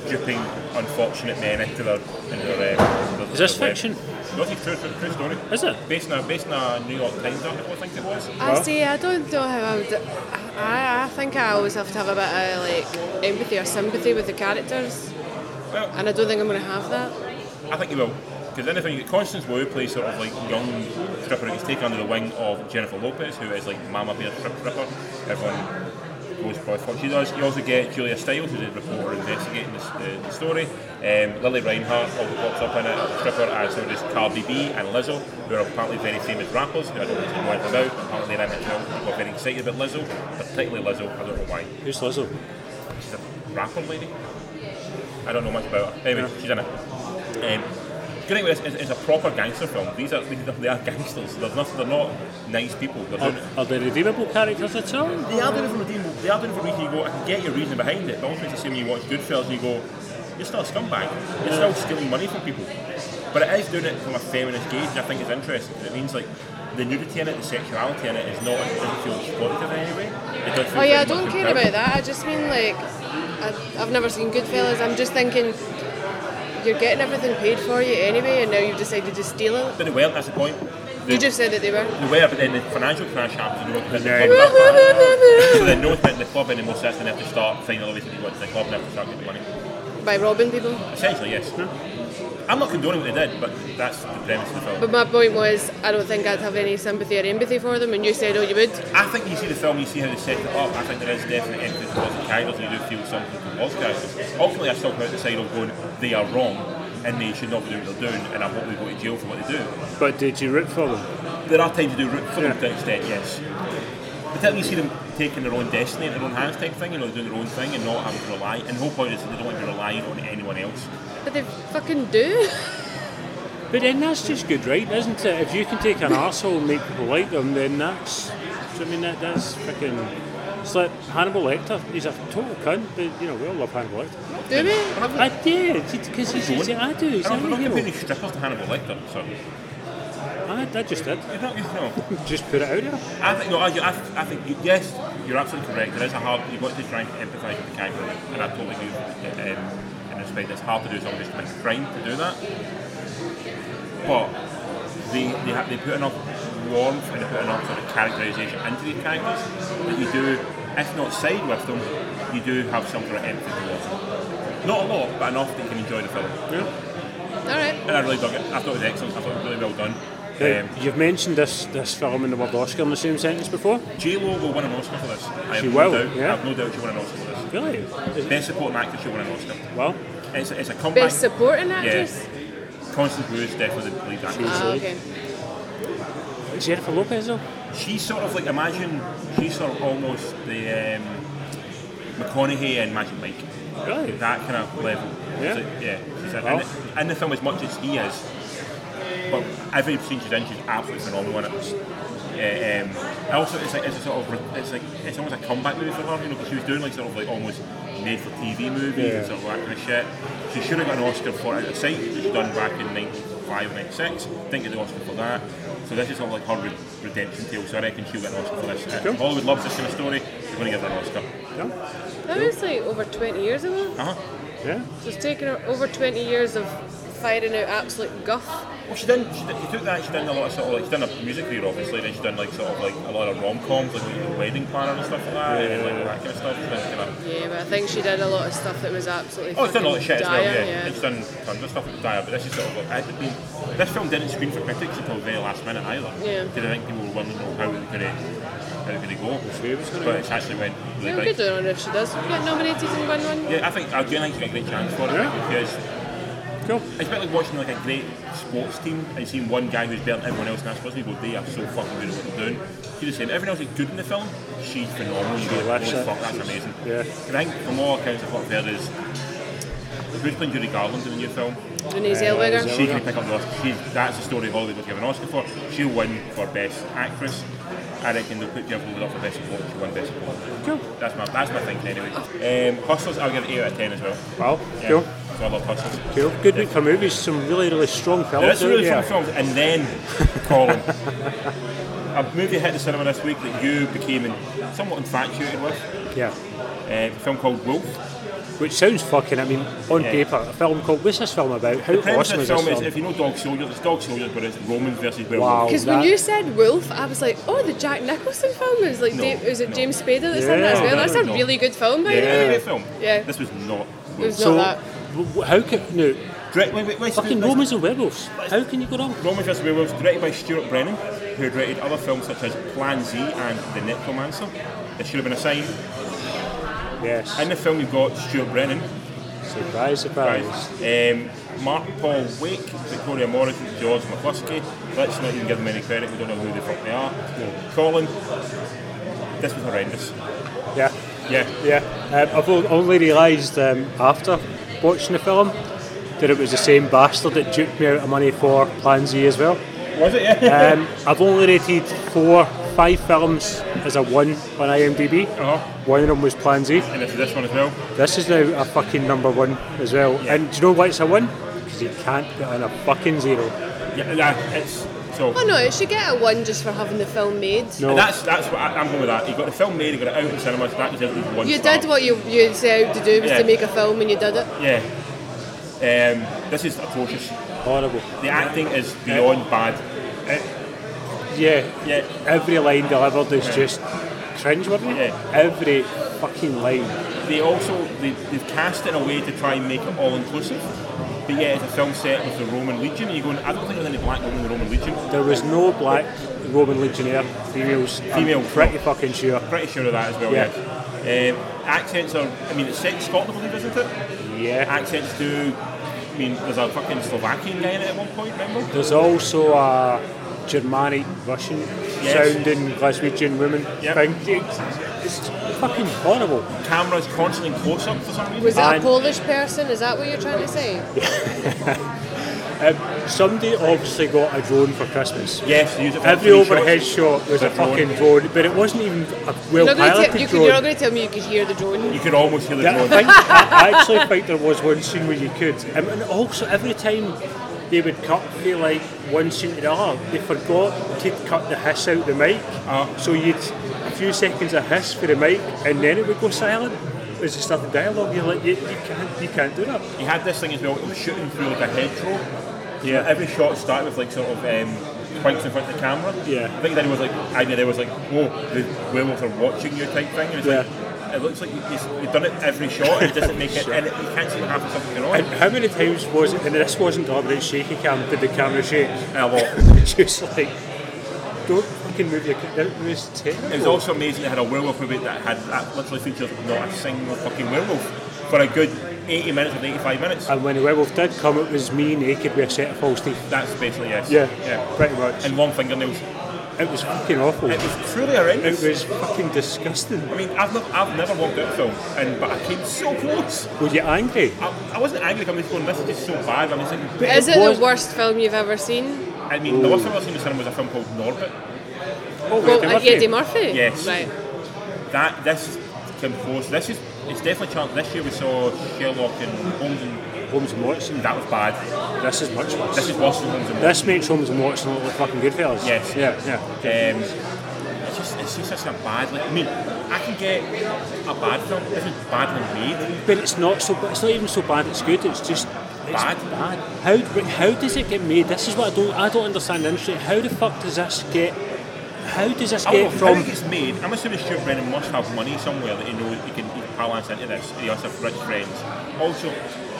duping unfortunate men into their... Into their, um, their
Is this
their web.
fiction?
No, it's a true, true, true story.
Is it?
Based on, a, based on a New York Times article, I think it was.
I see. I don't know how I would. I, I think I always have to have a bit of like empathy or sympathy with the characters,
Well,
and I don't think I'm going to have that.
I think he will. Because anything, Constance Wu plays sort of like young stripper who's taken under the wing of Jennifer Lopez, who is like Mama Bear strip stripper. Everyone goes by what she does. You also get Julia Stiles, who's a reporter investigating this, the, the story. Um, Lily Reinhart also pops up in it as a stripper, as so does Cardi B and Lizzo, who are apparently very famous rappers, who I don't really know anything about. Apparently, they're in it now. People are very excited about Lizzo, particularly Lizzo. I don't know why.
Who's Lizzo?
She's a rapper lady. I don't know much about her. Anyway,
Yeah.
she's in it. Um, good thing with this is it's a proper gangster film. These are they are gangsters. They're not they're not nice people. They're
Are,
doing,
are they redeemable characters at all?
they are doing it from a team. They are doing it from a reason. You go, I can get your reason behind it. But also, it's the same when you watch Goodfellas and you go, you're still a scumbag. You're still stealing money from people. But it is doing it from a feminist gaze, and I think it's interesting. It means like the nudity in it, the sexuality in it is not it doesn't feel exploitative in any way. It does feel
Oh yeah,
very
I don't
much
care
empowered.
about that. I just mean like, I, I've never seen Goodfellas. I'm just thinking, you're getting everything paid for you anyway, and now you've decided to steal it.
But they weren't. That's the point. They,
You just said that they were.
they were, but then the financial crash happened. And they were
then-
so they know that the club anymore. So that's when they have to start finding other ways to get into the club. They have to start getting money.
By robbing people.
Essentially, yes. I'm not condoning what they did, but that's the premise of the film.
But my point was, I don't think I'd have any sympathy or empathy for them, and you said, oh, you would.
I think you see the film, you see how they set it up. I think there is definitely emphasis towards the characters, and you do feel something towards the characters. Ultimately, I still come out the side of going, they are wrong, and they should not be doing what they're doing, and I hope they go to jail for what they do.
But did you root for them?
There are times to do root for them
Yeah.
to an extent, yes. But then you see them taking their own destiny in their own hands type thing, you know, doing their own thing and not having to rely. And the whole point is that they don't want to rely on anyone else.
But they fucking do.
But then that's just good, right? Isn't it? If you can take an arsehole and make people like them, then that's. I mean, that, that's fucking. It's like Hannibal Lecter. He's a total cunt, but you know we all love Hannibal Lecter.
Do we?
I did because he's, he's I do. He's
I
a
don't, we're not
hero.
comparing strippers to Hannibal Lecter, so. you
I, I just did.
know, you know.
Just put it out there.
I think no, I, I, I think you, yes, you're absolutely correct. There is a hard. You've got to try and empathise with the character, and I totally agree. with you, Um, in respect, it's hard to do. Someone just commits a crime to do that, but they they, have, they put enough warmth and they put enough sort of characterisation into these characters that you do, if not side with them, you do have some sort of empathy towards them. Not a lot, but enough that you can enjoy the film.
All right.
And I really dug it. I thought it was excellent. I thought it was really well done.
Now,
Um,
You've mentioned this this film and the word Oscar in the same sentence before.
J Lo will win an Oscar for this. I have
She
no
will,
doubt.
yeah.
I have no doubt she'll win an Oscar for this.
Really? Is it-
Best supporting actor, she'll win an Oscar.
Well,
It's a, it's a comeback.
Best supporting actress.
Constance Wu is definitely the lead actress.
She's-
Ah, okay.
Jennifer Lopez though.
She's sort of like imagine she's sort of almost the um, McConaughey and Magic Mike.
Really?
That kind of level.
Yeah.
So, yeah. She's in,
Wow.
the, in the film as much as he is. But every scene she's in, she's absolutely phenomenal in it. Yeah, um, and also, it's like it's a sort of re- it's like it's almost a comeback movie for her, you know, because she was doing like sort of like almost made for TV movies
Yeah.
and sort of that kind of shit. She should have got an Oscar for Out of Sight, which was done back in 95, 96. Didn't get the Oscar for that. So this is sort of like her re- redemption tale. So I reckon she'll get an Oscar for this. If
Cool.
Hollywood loves this kind of story. They're going to give her an Oscar. Uh-huh.
Yeah.
That was like over 20 years ago.
Uh huh.
Yeah.
So it's taken her over 20 years of firing out absolute guff.
Well, she done. She, did, she took that. She done a lot of sort of like she done a music career, obviously. Then she done like sort of like a lot of rom coms, like the Wedding Planner and stuff like that, and like that kind of stuff. She's done kind of
Yeah, but I think she did a lot of stuff that was absolutely.
Oh, it's done a lot of
fucking
shit as well,
dire,
yeah. It's done tons of stuff at the dire, but this is sort of like, I had been, this film didn't screen for critics until the very last minute either.
Yeah.
Didn't think people were wondering how it was going to how it was going to go.
it was gonna
but it's actually went really
Yeah,
big.
good on her if she does get nominated and win one.
Yeah, I think I do think she's got a great chance for it
Yeah.
because
Cool.
it's a bit like watching like a great sports team and seeing one guy who's better than everyone else, and that's supposed to go, they are so fucking good at what they're doing. She's the same. Everyone else is good in the film. She's phenomenal. You go,
lifts
holy
it.
fuck, that's amazing.
Yeah.
And I think from all accounts of what there is, who's playing Judy Garland in the new film?
Renee Zellweger.
She can pick up the Oscar. She, that's the story Hollywood will give an Oscar for. She'll win for Best Actress. I reckon they'll put Jennifer Lopez up for Best Support. She'll win Best Support.
Cool.
That's my that's my thinking anyway. Um, Hustlers, I'll give it eight out of ten as well.
Well,
Yeah.
cool.
So I love Hustlers.
Cool. Good week for movies. Some really, really strong films.
That's a
out
really
there.
fun film. And then Colin, a movie hit the cinema this week that you became in- somewhat infatuated with.
Yeah.
Uh, a film called Wolf.
Which sounds fucking. I mean, on
Yeah.
paper, a film called. What's this film about? How
The premise of
awesome is
this
this
film is
film?
if you know Dog Soldiers, it's Dog Soldiers, but it's Roman versus Werewolf.
Wow.
Because
that-
when you said Wolf, I was like, oh, the Jack Nicholson film is like,
No,
da- was it
no.
James Spader that's in that as
Yeah.
well? That's a
No.
really good film, by
Yeah,
the way.
great film.
Yeah.
This was not. Wolf.
It was
so,
not that.
w- w- how can no
Direct, wait, wait, wait,
fucking
wait,
Romans and werewolves? How can you go wrong?
Roman vs. Werewolves, directed by Stuart Brennan, who directed other films such as Plan Z and The Necromancer. There should have been a sign.
Yes.
In the film, you've got Stuart Brennan,
surprise,
right?
surprise.
Um, Mark Paul Wake, Victoria Morris, and George McCluskey. Let's not even give them any credit, we don't know who the fuck they are. Colin, this was horrendous.
Yeah.
Yeah.
Yeah. Um, I've o- only realised um, after watching the film that it was the same bastard that duped me out of money for Plan Z as well.
Was it? Yeah.
Um, I've only rated four, five films as a one on IMDb.
Uh-huh.
One of them was Plan Z.
and this is this one as well.
This is now a fucking number one as well. And do you know why it's a one? Because you can't put in a fucking zero.
Yeah, yeah, it's So
Oh no, it should get a one just for having the film made.
No.
And that's that's what I, I'm going with that. You got the film made, you got it out in cinemas. That deserves at least one.
You
star.
did what you you set out to do was
Yeah.
to make a film, and you did it.
Yeah. Um, this is atrocious.
Horrible.
The acting is beyond bad.
Yeah.
Yeah.
Every line delivered is just cringe, wasn't it?
Yeah.
Every fucking line.
They also they, they've cast it in a way to try and make it all inclusive. But yeah, it's a film set with the Roman Legion, and you're going, I don't think there's any black women in the Roman Legion.
There was no black Roman legionnaire females.
Female.
I'm pretty fucking sure.
Pretty sure of that as well,
Yeah.
yeah. Um, accents are, I mean, it's set in Scotland, I believe, isn't it?
Yeah.
Accents do, I mean, there's a fucking Slovakian guy in it at one point, remember?
There's also a Germanic Russian
Yes.
sounding Glaswegian woman
Yep.
thing. It's, it's fucking horrible.
Camera's constantly close up for some reason.
Was it
And-
a Polish person? Is that what you're trying to say?
Um, Somebody obviously got a drone for Christmas.
Yes, they use it for
Every
three
overhead
shots.
shot was a
It's a drone.
fucking drone, but it wasn't even a
You're
well
not gonna tell,
piloted
you can, you're not
drone.
going to tell me you could hear the drone.
You could almost hear the
Yeah, I,
drone.
think, I I actually think there was one scene where you could. Um, and also, every time they would cut the like one scene to the other, they forgot to cut the hiss out the mic. So you'd a few seconds of hiss for the mic, and then it would go silent. As you start the dialogue, you're like, you, you can't, you can't do that.
You had this thing as well, it was shooting through like a hedgerow.
Yeah.
Yeah. Every shot started with like sort of um, points in front of the camera.
Yeah.
I think then it was like, idea there was like, whoa, the werewolves are watching you type thing. And it's
Yeah.
like, it looks like you- you- you've done it every shot, and it doesn't make it,
Sure.
and it, you can't see what half of something
And
going on.
how many times was it? And this wasn't deliberate shaky cam. Did the camera shake?
A lot.
Just like, don't fucking move your. ca- That was terrible.
It was also amazing they had a werewolf movie that had that literally features not a single fucking werewolf for a good 80 minutes or 85 minutes.
And when the werewolf did come, it was me naked with a set of false teeth.
That's basically yes.
Yeah,
Yeah.
pretty much.
And long fingernails.
It was fucking awful.
It
It
was truly horrendous.
was fucking disgusting.
I mean, I've, nev- I've never walked out of film, and but I came so close.
Were you angry?
I, I wasn't angry coming going, this is just so bad. I was like, "Bit-"
Is it the
was-
worst film you've ever seen?
I mean, the worst film I've seen in the cinema was a film called Norbit.
Oh, Eddie
Well, uh,
Murphy.
Eddie Murphy.
Yes.
Right.
That this came close. This is it's definitely chance. This year we saw Sherlock and Holmes, and
Holmes and Watson.
that was bad.
This is much worse.
This is worse than Holmes and Watson.
This makes Holmes and Watson look like fucking Goodfellas.
Yes.
Yeah, yeah.
Um, it's just it's just such a bad. Like, I mean, I can get a bad film. This is badly made.
But it's not so. It's not even so bad. It's good. It's just it's
Bad.
Bad. How but how does it get made? This is what I don't. I don't understand the industry. How the fuck does this get? How does this
Oh, I
get
don't know
from?
how it gets made. I'm assuming Stuart Brennan must have money somewhere that he knows he can, he can balance into this. He must have rich friends. Also,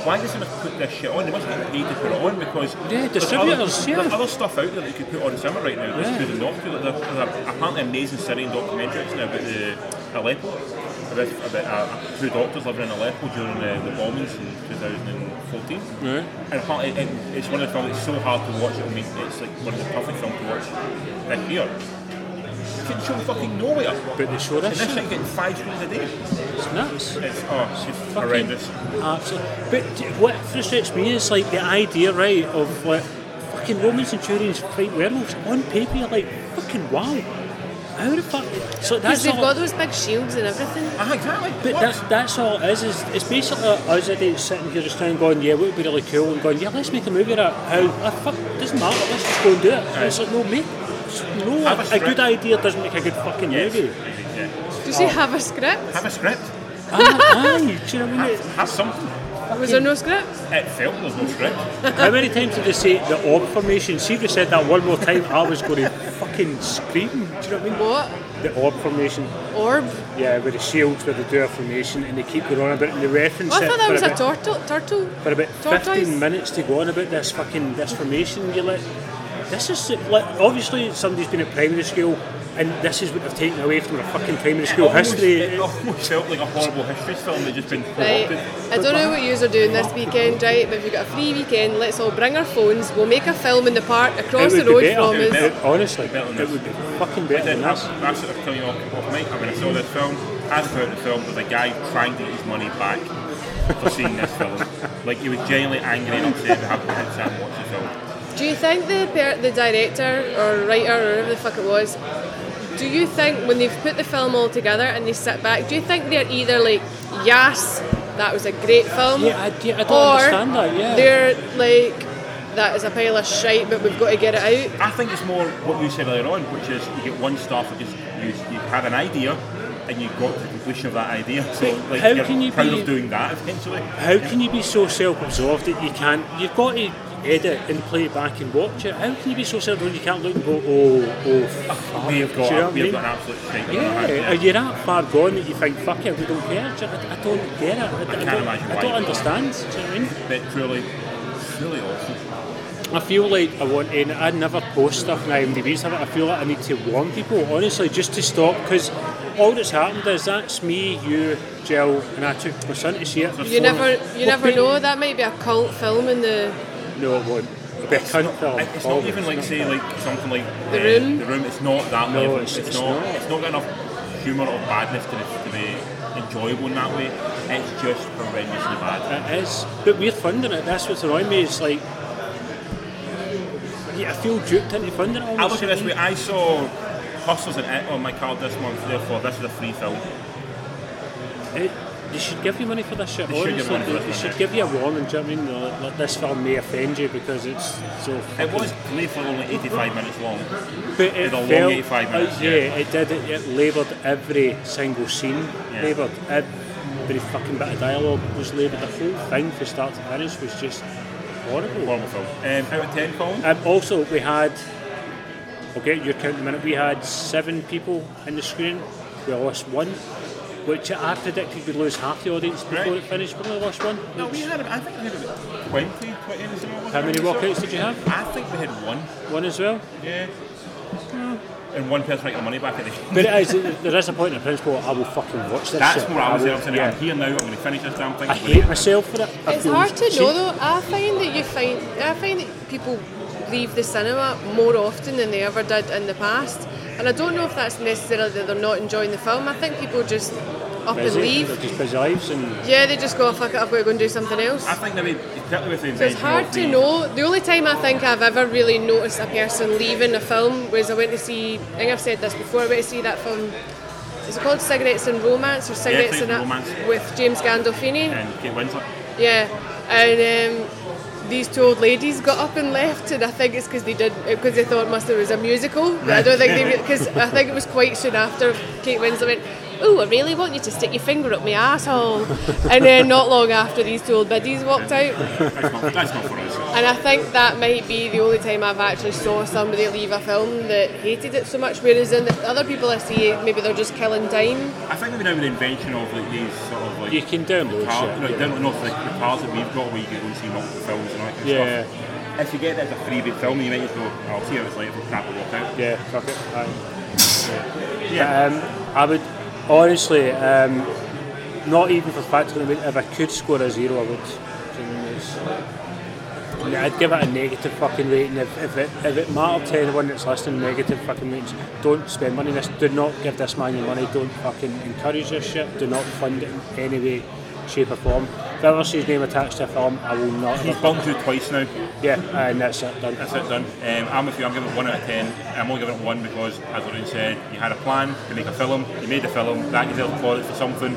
why does he must put this shit on? They must get paid to put it on because
Yeah,
there's
distributors,
other,
yeah.
There's other stuff out there that you could put on cinema right now. That's
Yeah.
good and not good. There's, there's apparently amazing Syrian documentaries now about the Aleppo. About, about uh, two doctors living in Aleppo during the, the bombings in 2014.
Yeah.
And apparently it, it's one of the films that's so hard to watch. I mean, it's like one of the toughest films to watch this year. It's from fucking nowhere.
But they showed
And
us.
this thing getting five screens a day.
It's nuts.
It's, oh, it's just
Fucking
horrendous.
Absolutely. But d- what frustrates me is like the idea, right, of like fucking Roman centurions fight werewolves on paper. You're like, fucking wow. How the fuck? So
Because
that's
they've
all.
got those big shields and everything.
Ah, exactly.
But
What?
that's, that's all it is, is it's basically us idiots sitting here just trying going, yeah, what would be really cool, and going, yeah, let's make a movie about how, ah, fuck, doesn't matter, let's just go and do it. And it's like, no, mate, no,
Have a
a,
script.
good idea doesn't make a good fucking
Yes.
movie.
Yeah.
Does he have a script?
Have a script.
aye, aye, do you know what I mean?
Have, have something.
Was there no script?
It felt there was no script.
How many times did they say the orb formation? See if they said that one more time, I was going to fucking scream. Do you know what I mean?
What?
The orb formation,
Orb?
yeah, with the shields, where they do a formation, and they keep going on about it, and they reference
Oh, I
it
thought that
for
was
a
a
bit-
turtle. Turtle?
for about
Tortoise?
15 minutes to go on about this fucking this formation. You're like, this is like obviously somebody's been at primary school, and this is what they've taken away from their fucking primary school history.
Almost, it almost felt like a horrible history film that just been
Right.
co-opted.
I don't know what yous are doing this weekend, right? But if you've got a free weekend, let's all bring our phones. We'll make a film in the park across the
It would
road
be better.
from
It would
us.
be
It- honestly,
Better than
it would be
this.
fucking better
Then
than
that's
this.
that's sort of telling you off off mic. I mean, I saw this film. As about the film, was a guy trying to get his money back for seeing this film. Like he was genuinely angry and upset that having had Sam watch the film.
Do you think the per- the director or writer or whoever the fuck it was, do you think when they've put the film all together and they sit back, do you think they're either like, yes, that was a great film,
Yeah, I, yeah, I don't
or
understand that. Yeah,
they're like, that is a pile of shite, but we've got to get it out.
I think it's more what you said earlier on, which is you get one star for just you, you had an idea and you got to the completion of that idea. So
But
like
how
you're
can you
proud
be-
of doing that eventually.
How can you be so self-absorbed that you can't? You've got to edit and play it back and watch it. How can you be so self-absorbed you can't look and go, oh, oh, fuck.
We have
Do you
got,
know
a,
what I
we have
mean?
got an absolute shite in our
Yeah,
hand,
are you that far gone that you think, fuck it, we don't care? Do you- I, I don't get it. I, I
can't
don't,
imagine
I
why.
don't understand. Do you know what I mean?
But truly, truly awesome.
I feel like I want, and I never post stuff on IMDb and stuff. I feel like I need to warn people, honestly, just to stop, because all that's happened is that's me, you, Jill, and I took my son to see it.
You never, you
Well,
never
people-
know. That might be a cult film in the
No, it won't. It'll be a
It's not,
cunt film.
it's not
always.
even like say like something like
The
uh,
Room?
The room. It's not that
No,
level.
it's-
It's,
it's
not,
not.
It's not got enough humour or badness to, to be enjoyable in that way. It's just horrendously bad.
It is. But we're funding it, that's what's annoying me, it's like... Yeah, I feel duped into funding it.
I look at it this way. I saw Hustlers and It on my card this month. Therefore, this is a free film.
It, they should give you money for this shit,
They should
honestly.
give money for
they,
this
they
one,
should
yeah.
give you a warning, do you know what I mean? They're Like, like, this film may offend you because it's so
It
fucking-
was playfully only 85 minutes long.
But it
With a long
felt-
85
uh,
minutes,
yeah,
yeah.
it did. It, it laboured every single scene.
Yeah.
Laboured every fucking bit of dialogue was laboured. The whole thing from start to finish was just horrible.
Horrible film. Um, out of 10, Colin?
Um, also, we had, okay, you're counting the minute, we had seven people in the screen. We lost one, which I predicted we'd lose half the audience
Right.
before it finished, but we lost one.
No, we
which-
had. I think we had about 20, 20 in the cinema.
How many
wasn't it?
walkouts did you have?
I think we had one.
One as well.
Yeah. And one person got their money back at the end.
But it is, there is a point in principle, I will fucking watch this
That's
shit.
where I was there.
will-
I'm saying, I'm here now. I'm going to finish this damn thing.
I hate myself for it. I
It's
feel
hard to
cheap.
know though. I find that you find I find that people leave the cinema more often than they ever did in the past, and I don't know if that's necessarily that they're not enjoying the film. I think people just up
Busy,
and leave.
they're just busy lives and
Yeah, they just go, "Oh, fuck it, I've got to go and do something else.
I think maybe particularly with the
So it's
invention
hard
of
to
the-
know. The only time I think I've ever really noticed a person leaving a film was I went to see. I think I've said this before. I went to see that film. Is it called Cigarettes and Romance or Cigarettes
Cigarettes
and
and Romance.
with James Gandolfini?
And Kate Winslet.
Yeah, and um, these two old ladies got up and left, and I think it's because they did because they thought must there was a musical. But I don't think they because I think it was quite soon after Kate Winslet went. Oh, I really want you to stick your finger up my asshole, and then not long after these two old biddies walked out,
That's not, that's not for us.
and I think that might be the only time I've actually saw somebody leave a film that hated it so much. Whereas in the other people I see, maybe they're just killing time.
I think maybe now with the invention of like these sort of like
you can download
cars,
shit.
like,
yeah.
don't know if the, the cars that we've got where you can go and see multiple films and all that kind
Yeah.
of stuff. If you get it as a freebie film, you might just go, "Oh, I'll see how it's like if it's crap, I'll walk out.
Yeah, fuck it. Aye.
Yeah.
Um, I would honestly, um, not even for fact, I mean, if I could score a zero, I would. Do you know what I mean? It's- Yeah, I'd give it a negative fucking rating. If, if, it, if it mattered to anyone that's listening, negative fucking ratings. Don't spend money on this. Do not give this man your money. Don't fucking encourage this shit. Do not fund it in any way, shape or form. If I ever see his name attached to a film, I will not.
He's bumped you twice now.
Yeah, and that's it. Done.
That's it done. Um, I'm with you. I'm giving it one out of ten. I'm only giving it one because, as Lorraine said, you had a plan to make a film. You made the film. That is a credit for something.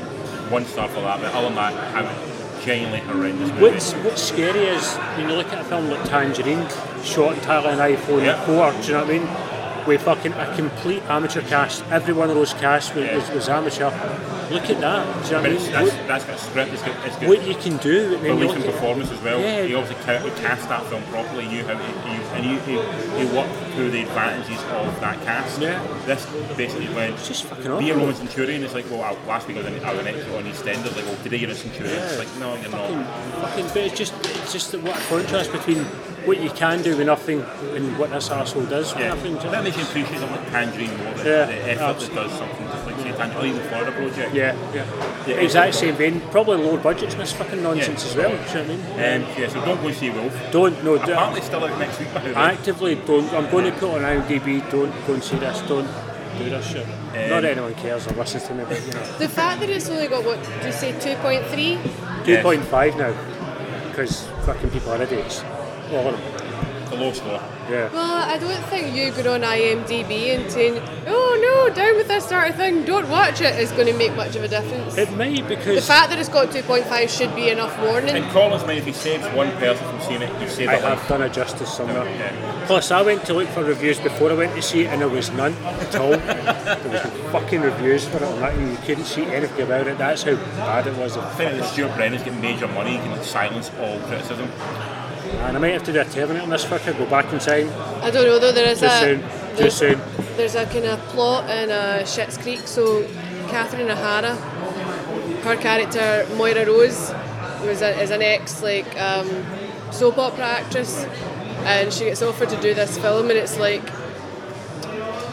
One star for that. But other than that, I would genuinely horrendous movie.
What's what's scary is when you look at a film like Tangerine, shot entirely on iPhone
Yeah.
4, do you know what I mean? With fucking a complete amateur cast, every one of those casts was,
Yeah.
was, was amateur. Look at that, do you
But
know what I
it's,
mean?
that's,
What,
that's got a script. It's got, it's got
what you can do, and then you
belief
look
in
at,
performance as well.
Yeah.
He obviously ca- he cast that film properly. He knew how to he, and he, he, he worked through the advantages of that cast.
Yeah.
This basically went.
it's just fucking
Be a
awful.
Roman centurion. It's like, well, I- last week I was, an, I was an extra on EastEnders. Like, well, today you're a centurion. It's like, no, you're
Fucking,
not.
fucking, but it's just, it's just that what a contrast between what you can do with nothing and what this arsehole does with
Yeah,
nothing. do you
that
know what I mean?
makes you appreciate something like Tangerine more. The,
Yeah,
the effort that
absolutely.
does something just like say Tangerine, or even Florida Project.
Yeah, yeah.
Yeah.
Exact same vein. Probably lower budgets in this fucking nonsense as well, do you know what I mean?
Um, yeah, so don't go see Wolf.
Don't, no, do-
Apparently, still out next week. By the way.
actively don't. I'm going to put on IMDb. Don't go and see this. Don't do this shit. Not that anyone cares or listens to me, but you know,
The fact that it's only got what do you say two point three?
two point five now because fucking people are idiots. All of them.
the low score.
Yeah.
Well, I don't think you go on IMDb and saying, "Oh no, so down with this sort of thing, don't watch it, is going to make much of a difference.
It may
The
because
fact that it's got 2.5 should be enough warning.
In Collins' mind, if he saves one person from seeing it, he saved
I
a
have
life.
done a justice somewhere.
Yeah.
Plus, I went to look for reviews before I went to see it, and there was none at all. there was no fucking reviews for it, or nothing. You couldn't see anything about it. That's how bad it was.
I think that Stuart Brennan's getting major money, he can like, silence all criticism.
And I might have to do a Terminator on this fucker, go back in time.
I don't know though, there is
Too
a.
soon. Too
there's-
soon.
There's a kind of plot in uh, Shit's Creek, so Catherine O'Hara, her character Moira Rose, was a, is an ex like um, soap opera actress, and she gets offered to do this film, and it's like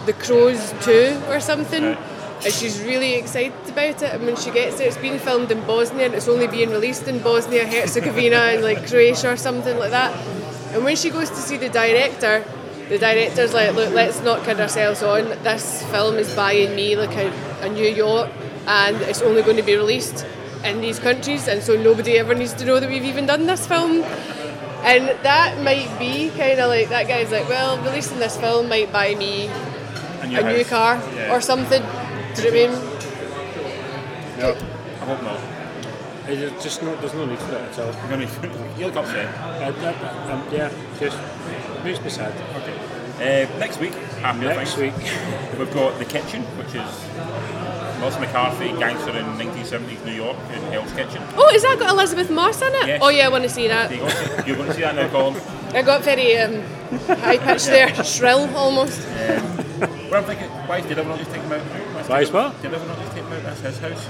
The Crows 2 or something. And she's really excited about it. And when she gets it, it's being filmed in Bosnia and it's only being released in Bosnia, Herzegovina, and like Croatia or something like that. And when she goes to see the director, the director's like, look, let's not kid ourselves on. This film is buying me like a, a new yacht and it's only going to be released in these countries. And so nobody ever needs to know that we've even done this film. And that might be kind of like that guy's like, well, releasing this film might buy me
And your
a new
house.
car
Yeah.
or something. Do you know what
I hope not.
It's just not, there's no need for it at all.
You're gonna be, you look upset.
I, I, um, yeah, just makes me sad.
Okay. Uh, next week, happier
Next
things.
week,
We've got The Kitchen, which is Melissa McCarthy, gangster in 1970s New York, in Hell's Kitchen.
I mean? Oh, is that got Elizabeth Moss in it?
Yes.
Oh yeah, I want to see
There
that.
you go. You're going to see that now, Colin.
I got very um, high pitched there, shrill almost.
But I'm thinking, why did everyone just take him out? Why
Why is
did-
what?
Did everyone just take him out? That's his house.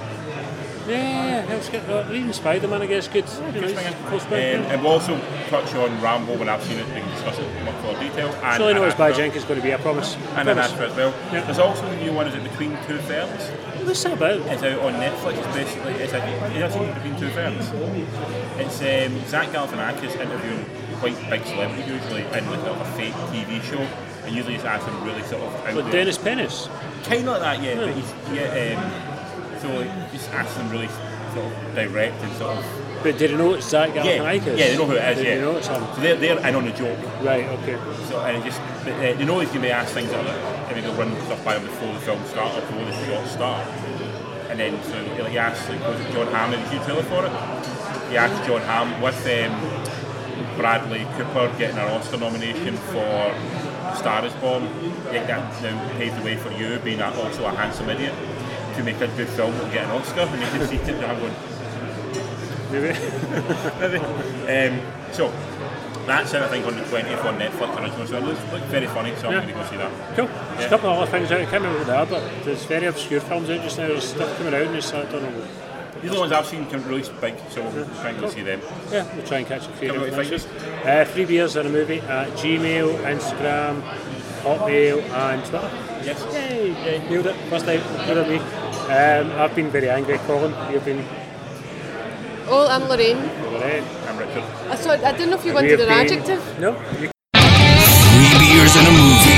yeah, that's good. Well, even Spider Man, I guess, good. You know,
Just
he's
bring it.
close by.
Um, and we'll also touch on Rambo when I've seen it. We can discuss it in much more detail. And
Surely not
an
as bad as
actor-
Jenkins going to be, I promise.
And an
promise.
actor as well.
Yeah.
There's also the new one, is it Between Two Ferns?
What's that about?
It's out on Netflix. It's basically it's like you know, it's between two firms. It's um, Zach Galifianakis interviewing quite big celebrity usually in like a fake TV show, and usually it's asking really sort of out
With
there.
Dennis Hmm. Pennis.
Kind of like that, yeah. But he's yeah. Um, so like, just asking them really sort of direct and sort of
But did you know it's Zach
yeah,
Galifianakis?
yeah. They know who it is.
Did
yeah.
you know it's him?
So they're they're in on the joke.
Right, okay.
So, and it just, they, they- they know he's going to be asked things that are maybe they'll run stuff by him before the film starts or before the shot starts. And then so he like, asks, like, was it John Hamm that was your trailer for it? He asked John Hamm with um, Bradley Cooper getting an Oscar nomination for Star is Born. Like that now paved the way for you being a, also a handsome idiot to make a good film and get an Oscar. And you can see it and I'm going,
Maybe.
um, so that's it, I think, on the 20th on Netflix original. So it looks like, very funny, so I'm
Yeah.
going to go see that.
Cool. There's a couple of other things out. I can't remember what they are, but there's very obscure films out just now. There's stuff coming out and it's, I don't know.
These are the ones I've seen can release big, so we're trying to see them.
Yeah, we'll try and catch a few.
Come out
different
with
things. Uh, three beers and a movie at Gmail, Instagram, Hotmail, and Twitter.
Yes.
Yay! Yay. Nailed it. First time. Good at me. Um, I've been very angry, Colin. You've been
Oh, I'm Lorraine.
alright.
I'm Richard.
I, thought, I didn't know if you
We
wanted
have
an
been-
adjective.
No, you
Three beers and a movie.